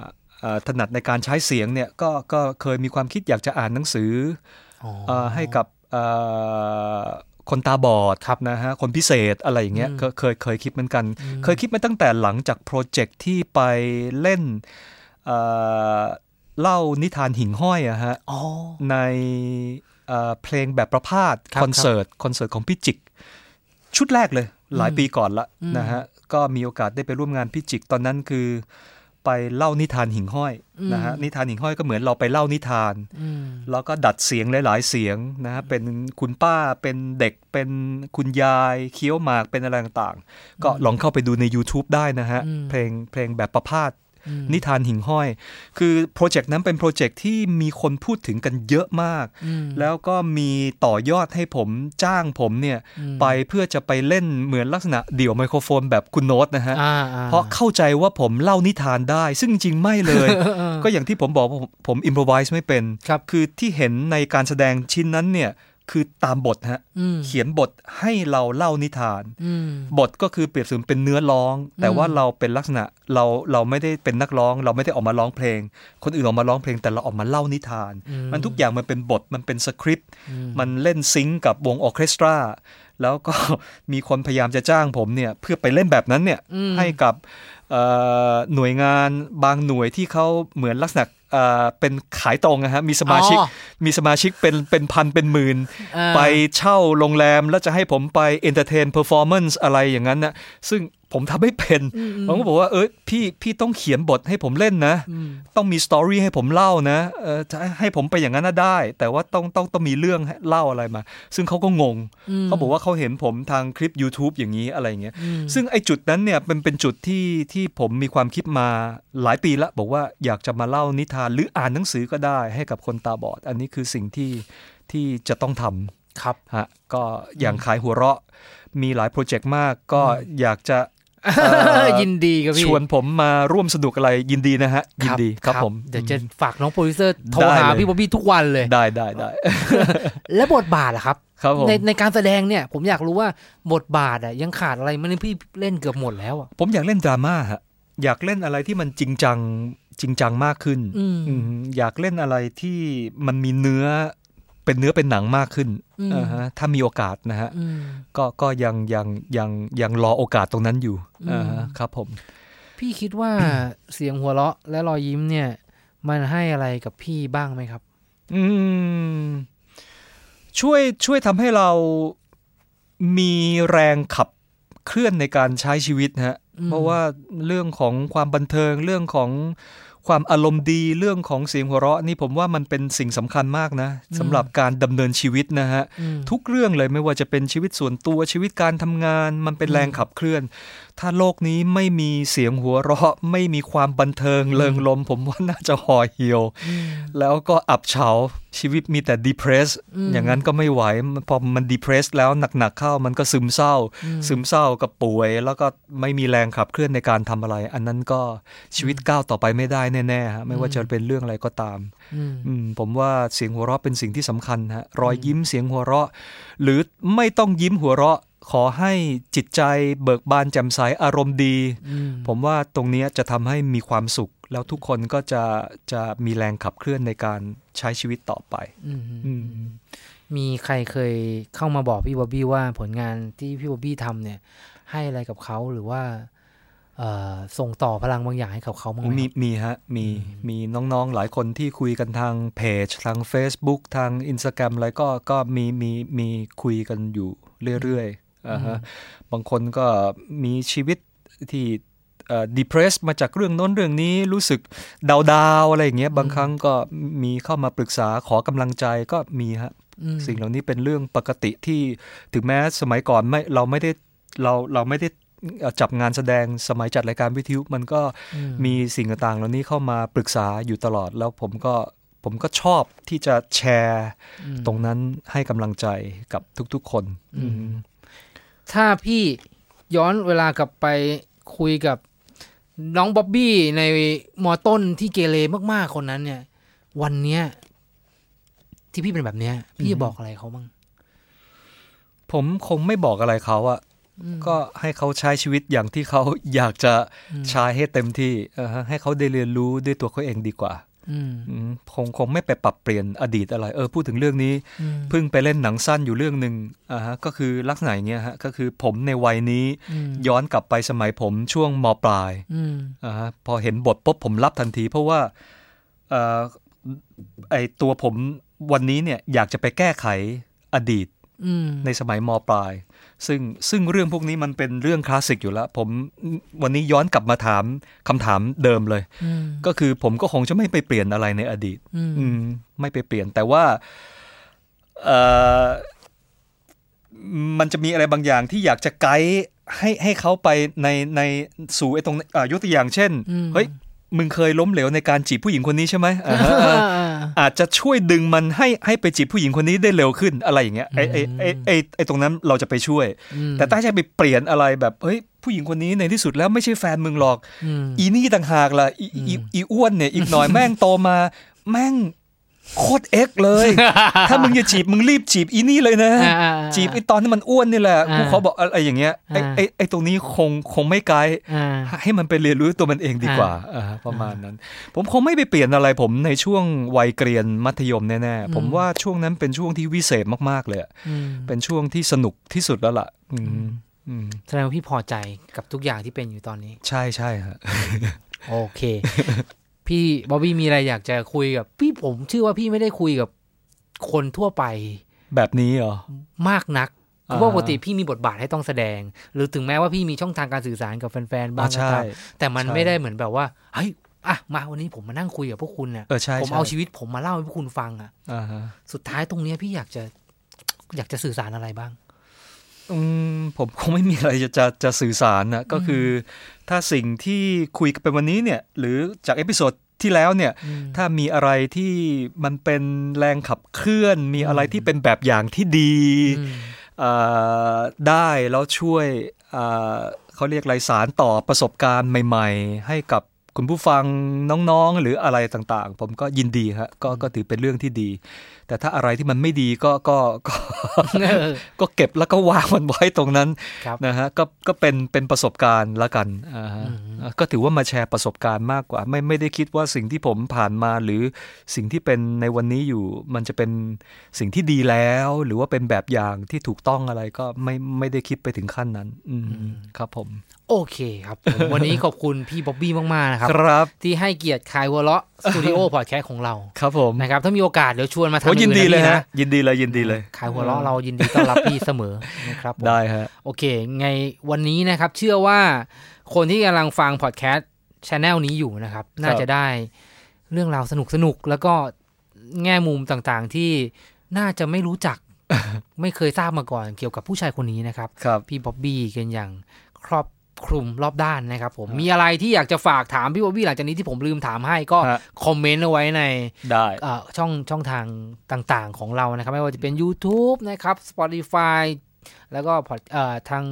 อ่าถนัดในการใช้เสียงเนี่ยก็ก็เคยมีความคิดอยากจะอ่านหนังสือ
อ๋อ
เอ่อให้กับเอ่อคนตาบอดครับนะฮะคนพิเศษอะไรอย่างเงี้ย
อืม
เคยเคยเคยคิดเหมือนกัน
อืม
เคยคิดมาตั้งแต่หลังจากโปรเจกต์ที่ไปเล่นเอ่อเล่านิทานหิ่งห้อยอะฮะ
อ๋อ
ในเอ่อเพลงแบบประพาส
ครับ
คอนเสิร์ตคอนเสิร์ตของพี่จิก ชุดแรกเลยหลายปีก่อนละ
อืม
นะฮะก็มีโอกาสได้ไปร่วมงานพี่จิกตอนนั้นคือ ไปเล่านิทานหิ่งห้อยนะฮะนิทานหิ่งห้อยก็เหมือนเราไปเล่านิทาน
อืม
แล้วก็ดัดเสียงหลาย ๆ เสียงนะฮะเป็นคุณป้าเป็นเด็กเป็นคุณยายเคี้ยวหมากเป็นอะไรต่างๆ ก็ลองเข้าไปดูใน YouTube ได้นะฮะ
อืม
เพลงเพลงแบบประพาส
อืม
นิทานหิ่งห้อย คือโปรเจกต์นั้นเป็นโปรเจกต์ที่มีคนพูดถึงกันเยอะมาก
อืม
แล้วก็มีต่อยอดให้ผมจ้างผมเนี่ย
อืม
ไปเพื่อจะไปเล่นเหมือนลักษณะเดี่ยวไมโครโฟนแบบคุณโน้ตนะฮะ
อ่า
เพราะเข้าใจว่าผมเล่านิทานได้ ซึ่งจริงๆไม่เลย ก็อย่างที่ผมบอกว่าผมผมอิมพอไวส์ไม่เป็น
ครับ
คือที่เห็นในการแสดงชิ้นนั้นเนี่ยคือตามบทฮะ
อืม
เขียนบทให้เราเล่านิทาน
อืม
บทก็คือเปรียบเสมือนเป็นเนื้อร้อง แต่ว่าเราเป็นลักษณะเราเราไม่ได้เป็นนักร้อง เราไม่ได้ออกมาร้องเพลง คนอื่นออกมาร้องเพลงแต่เราออกมาเล่านิทาน
อืม
มันทุกอย่างมันเป็นบทมันเป็นสคริปต์
อืม
มันเล่นซิงก์กับวงออร์เคสตรา แล้วก็ มีคนพยายามจะจ้างผมเนี่ยเพื่อไปเล่นแบบนั้นเนี่ย
อืม
ให้กับเอ่อหน่วยงานบางหน่วยที่เขาเหมือนลักษณะเอ่อเป็นขายตรงนะฮะมีสมาชิก
อ๋อ
มีสมาชิกเป็นเป็นพันเป็นหมื่น
เอ่อ
ไปเช่าโรงแรมแล้วจะให้ผมไปเอนเตอร์เทนเพอร์ฟอร์แมนซ์อะไรอย่างนั้นนะซึ่งผมทำไม่เป็น ผมก็บอกว่าเออพี่พี่ต้องเขียนบทให้ผมเล่นนะ
อืม
ต้องมีสตอรี่ให้ผมเล่านะเออจะให้ผมไปอย่างนั้นน่ะได้ แต่ว่าต้องต้องต้องมีเรื่องให้เล่าอะไรมา ซึ่งเขาก็งง
ม
เขาบอกว่าเขาเห็นผมทางคลิป YouTube อย่างนี้อะไรอย่างเงี้ย
อืม
ซึ่งไอ้จุดนั้นเนี่ยเป็นเป็นจุดที่ที่ผมมีความคิดมาหลายปีละบอกว่าอยากจะมาเล่านิทานหรืออ่านหนังสือก็ได้ให้กับคนตาบอด อันนี้คือสิ่งที่ที่จะต้องทำ
ครับ
ฮะก็อย่างขายหัวเราะมีหลายโปรเจกต์มากก็อยากจะเอ่อ
ยินดีครับพี่
ชวนผมมาร่วมสนุกอะไรยินดีนะฮะ ยินดีครับผม
เดี๋ยวจะฝากน้องโปรดิวเซอร์โทร
ได้
หา
เลย
พี่บ๊อบบี้ทุกวันเลย
ได้ได้ได้
และบทบาทล่ะครับ
ครับผม
ในในการแสดงเนี่ยผมอยากรู้ว่าบทบาทอ่ะยังขาดอะไรไหมันยพี่เล่นเกือบหมดแล้วอ่ะ
ผมอยากเล่นดราม่าฮะอยากเล่นอะไรที่มันจริงจังจริงจังมากขึ้น
อืม
อืมอยากเล่นอะไรที่มันมีเนื้อเป็นเนื้อเป็นหนังมากขึ้น
อืม
อ่าฮะถ้ามีโอกาสนะฮะ
อืม
ก็ก็ยังยังยังยังรอโอกาสตรงนั้นอยู่
อืม
อ่าฮะครับผม
พี่คิดว่าเสียงหัวเราะและรอยยิ้มเนี่ย มันให้อะไรกับพี่บ้างไหมครับ
อืมช่วยช่วยทำให้เรามีแรงขับเคลื่อนในการใช้ชีวิตนะฮะ
อืม
เพราะว่าเรื่องของความบันเทิง เรื่องของความอารมณ์ดีเรื่องของเสียงหัวเราะนี่ผมว่ามันเป็นสิ่งสำคัญมากนะสำหรับการดำเนินชีวิตนะฮะ
อืม
ทุกเรื่องเลยไม่ว่าจะเป็นชีวิตส่วนตัวชีวิตการทำงาน มันเป็นแรงขับเคลื่อน ถ้าโลกนี้ไม่มีเสียงหัวเราะ ไม่มีความบันเทิงเริงรมย์ผมว่าน่าจะห่อเหี่ยว แล้วก็อับเฉาชีวิตมีแต่ depress
อืม
อย่างนั้นก็ไม่ไหวพอมัน depress แล้วหนักๆเข้ามันก็ซึมเศร้า ซึมเศร้าก็ป่วย แล้วก็ไม่มีแรงขับเคลื่อนในการทำอะไร อันนั้นก็ชีวิตก้าวต่อไปไม่ได้แน่ๆฮะไม่ว่าจะเป็นเรื่องอะไรก็ตาม
อืม
อืมผมว่าเสียงหัวเราะเป็นสิ่งที่สำคัญฮะรอยยิ้มเสียงหัวเราะ หรือไม่ต้องยิ้มหัวเราะ ขอให้จิตใจเบิกบานแจ่มใสอารมณ์ดี
อืม
ผมว่าตรงเนี้ยจะทำให้มีความสุข แล้วทุกคนก็จะจะมีแรงขับเคลื่อนในการใช้ชีวิตต่อไป
อืม
อืม
มีใครเคยเข้ามาบอกพี่บอบบี้ว่าผลงานที่พี่บอบบี้ทำเนี่ย ให้อะไรกับเขาหรือว่า เอ่อส่งต่อพลังบางอย่างให้กับเขาบ้างไหม
มีมีฮะมีมีน้องๆหลายคนที่คุยกันทางเพจทาง Facebook ทาง Instagram อะไรก็ก็มีมีมีคุยกันอยู่เรื่อยๆอ่าฮะบางคนก็มีชีวิตที่เอ่อ depressed มาจากเรื่องโน้นเรื่องนี้รู้สึกดาวๆอะไรอย่างเงี้ยบางครั้งก็มีเข้ามาปรึกษาขอกำลังใจก็มีฮะ
อืม
สิ่งเหล่านี้เป็นเรื่องปกติที่ถึงแม้สมัยก่อนไม่เราไม่ได้เราเราไม่ได้เอ่อจับงานแสดงสมัยจัดรายการวิทยุมันก็
อืม
มีสิ่งต่างๆเหล่านี้เข้ามาปรึกษาอยู่ตลอดแล้วผมก็ผมก็ชอบที่จะแชร์
อืม
ตรงนั้นให้กำลังใจกับทุกๆ คนอืม
ถ้าพี่ย้อนเวลากลับไปคุยกับน้องบ๊อบบี้ในมอต้นที่เกเรมากๆคนนั้นเนี่ย วันเนี้ย ที่พี่เป็นแบบเนี้ย พี่จะบอกอะไรเขาบ้าง
ผมคงไม่บอกอะไรเขาอะก็ให้เขาใช้ชีวิตอย่างที่เขาอยากจะใช้ให้เต็มที่เออฮะให้เขาได้เรียนรู้ด้วยตัวเขาเองดีกว่า
อืม
อืมคงคงไม่ไปปรับเปลี่ยนอดีตอะไร เออพูดถึงเรื่องนี้
อืม
เพิ่งไปเล่นหนังสั้นอยู่เรื่องหนึ่งอ่าฮะก็คือลักษณะอย่างเงี้ยฮะก็คือผมในวัยนี้
อืม
ย้อนกลับไปสมัยผมช่วงมปลาย
อืม
อ่าฮะพอเห็นบทปุ๊บผมรับทันที เพราะว่าเอ่อไอตัวผมวันนี้เนี่ยอยากจะไปแก้ไขอดีต
อืม
ในสมัยมปลาย ซึ่งซึ่งเรื่องพวกนี้มันเป็นเรื่องคลาสสิกอยู่แล้ว ผมวันนี้ย้อนกลับมาถามคำถามเดิมเลย
อืม
ก็คือผมก็คงจะไม่ไปเปลี่ยนอะไรในอดีต
อืม
อืมไม่ไปเปลี่ยนแต่ว่าเอ่อมันจะมีอะไรบางอย่างที่อยากจะไกด์ให้ให้เขาไปในในสู่ไอ้ตรงอ่ายกตัวอย่างเช่น
อืม
เฮ้ยมึงเคยล้มเหลวในการจีบผู้หญิงคนนี้ ใช่ไหมอ่าฮะเอออาจจะช่วยดึงมันให้ให้ไปจีบผู้หญิงคนนี้ได้เร็วขึ้นอะไรอย่างเงี้ยไอ้ไอ้ไอ้ไอ้ไอ้ตรงนั้นเราจะไปช่วย
อืม
แต่ถ้าจะไปเปลี่ยนอะไรแบบเฮ้ยผู้หญิงคนนี้ในที่สุดแล้วไม่ใช่แฟนมึงหรอก
อืม
อีนี่ต่างหากล่ะอีอีอีอ้วนเนี่ยอีกหน่อยแม่งโตมา แม่ง โคตรเอ็กซ์ เลย ถ้ามึงจะจีบมึงรีบจีบอีนี่เลยนะ
อ่าอ่าอ่า
จีบไอตอนที่มันอ้วนนี่แหละ
อ่า
กูขอบอกอะไรอย่างเงี้ยไอ
อ่า
ไอไอตรงนี้คงคงไม่ไกด์
อ่า
ให้มันไปเรียนรู้ตัวมันเองดีกว่าอ่าประมาณนั้น ผมคงไม่ไปเปลี่ยนอะไรผมในช่วงวัยเกรียนมัธยมแน่ๆ ผม
อืม
ว่าช่วงนั้นเป็นช่วงที่วิเศษมากๆเลยอะ
อืม
เป็นช่วงที่สนุกที่สุดแล้วล่ะ อืมอืม
แสดงว่าพี่พอใจกับทุกอย่างที่เป็นอยู่ตอนนี้
ใช่ใช่ฮะ
โอเค พี่บ๊อบบี้มีอะไรอยากจะคุยกับ พี่ผมเชื่อว่าพี่ไม่ได้คุยกับคนทั่วไป
แบบนี้เหรอ
มากนักเพ
อ่า
ราะว่าปกติพี่มีบทบาทให้ต้องแสดง หรือถึงแม้ว่าพี่มีช่องทางการสื่อสารกับแฟนๆ
อ๋
บ้า
อง
ก็
ใช่
ตามแต่มัน
ใช่
ไม่ได้เหมือนแบบว่าเฮ้ยอ่ะมาวันนี้ผมมานั่งคุยกับพวกคุณเนี่ย
เออใช่
ผม
ใช่
เอาชีวิตผมมาเล่าให้พวกคุณฟังอ่ะ
อ่าฮะ
สุดท้ายตรงเนี้ยพี่อยากจะอยากจะสื่อสารอะไรบ้าง
อืมผมคงไม่มีอะไรจะจะจะสื่อสารนะก็คืออถ้าสิ่งที่คุยกันไปวันนี้เนี่ย หรือจากเอพิโซดที่แล้วเนี่ย
อืม
ถ้ามีอะไรที่มันเป็นแรงขับเคลื่อน มีอะไรที่เป็นแบบอย่างที่ดี
อืม
เอ่อได้แล้วช่วยเอ่อเขาเรียกไรสารต่อประสบการณ์ใหม่ ๆ ให้กับคุณผู้ฟังน้องๆ หรืออะไรต่างๆ ผมก็ยินดีฮะก็ก็ถือเป็นเรื่องที่ดี แต่ถ้าอะไรที่มันไม่ดีก็ ก็ก็
เออ
ก็เก็บแล้วก็วางมันไว้ตรงนั้น
ครับ
นะฮะก็ก็เป็นเป็นประสบการณ์ละกันอ่าฮะ
อืม
อ่ะก็ถือว่ามาแชร์ประสบการณ์มากกว่า ไม่ไม่ได้คิดว่าสิ่งที่ผมผ่านมาหรือสิ่งที่เป็นในวันนี้อยู่ มันจะเป็นสิ่งที่ดีแล้ว หรือว่าเป็นแบบอย่างที่ถูกต้องอะไรก็ไม่ไม่ได้คิดไปถึงขั้นนั้น อืมครับผม
โอเคครับผมวันนี้ขอบคุณพี่บ๊อบบี้มากๆนะครับ
ครับ
ที่ให้เกียรติคายวัวเลาะส ตูดิโอพอดแคสต์ของเรา
ครับผม
นะครับ ถ้ามีโอกาสเดี๋ยวชวนมาทำ
โอ้ยินดีเลย
อื่
ฮะยินดีเลยยินดีเลย
ขายหัวเราะเรายินดีต้อนรับพี่เสมอนะครับผม
ได้ฮะ
โอเค ไงวันนี้นะครับ เชื่อว่าคนที่กำลังฟังพอดแคสต์ช anel นี้อยู่นะครับ น่าจะได้เรื่องราวสนุกสนุกๆแล้วก็แง่มุมต่างๆที่น่าจะไม่รู้ จัก ไม่เคยทราบมาก่อนเกี่ยวกับผู้ชายคนนี้นะครับ
ครับ
พี่บ๊อบบี้กันอย่างครอบคลุมรอบด้านนะครับผมมีอะไรที่อยากจะฝากถามพี่บ๊อบบี้หลังจากนี้ที่ผมลืมถามให้ก็
ฮะ
คอมเมนต์เอาไว้ใน
ได้
เอ่อช่องช่องทางต่างๆของเรานะครับ ไม่ว่าจะเป็น YouTube นะครับ Spotify แล้วก็พอดเอ่อทาง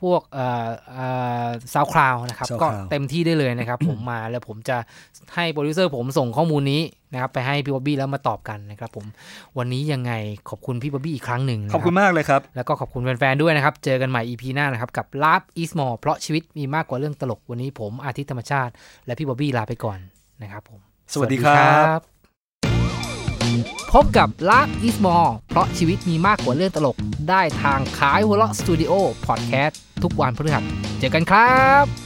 พวกเอ่อเอ่อซาวคลาวนะครับ ก็เต็มที่ได้เลย นะครับ ผมมาแล้วผมจะให้โปรดิวเซอร์ผมส่งข้อมูลนี้นะครับ ไปให้พี่บ๊อบบี้แล้วมาตอบกันนะครับผมวันนี้ยังไงขอบคุณพี่บ๊อบบี้อีกครั้งหนึ่งนะ
ข
รั
อบคุณมากเลยครับ
แล้วก็ขอบคุณแฟนๆ ด้วยนะครับ เจอกันใหม่ EP หน้านะครับ กับลาบอีสมอเพราะชีวิตมีมากกว่าเรื่องตลก วันนี้ผมอาทิตย์ธรรมชาติ และพี่บอบบี้ลาไปก่อนนะครับผม
สวัสดีครับ
บ พบกับลาบอีสมอเพราะชีวิตมีมากกว่าเรื่องตลก ได้ทางขายหัวเราะสตูดิโอพอดแคสต์ทุกวันพฤหัสเจอกันครับ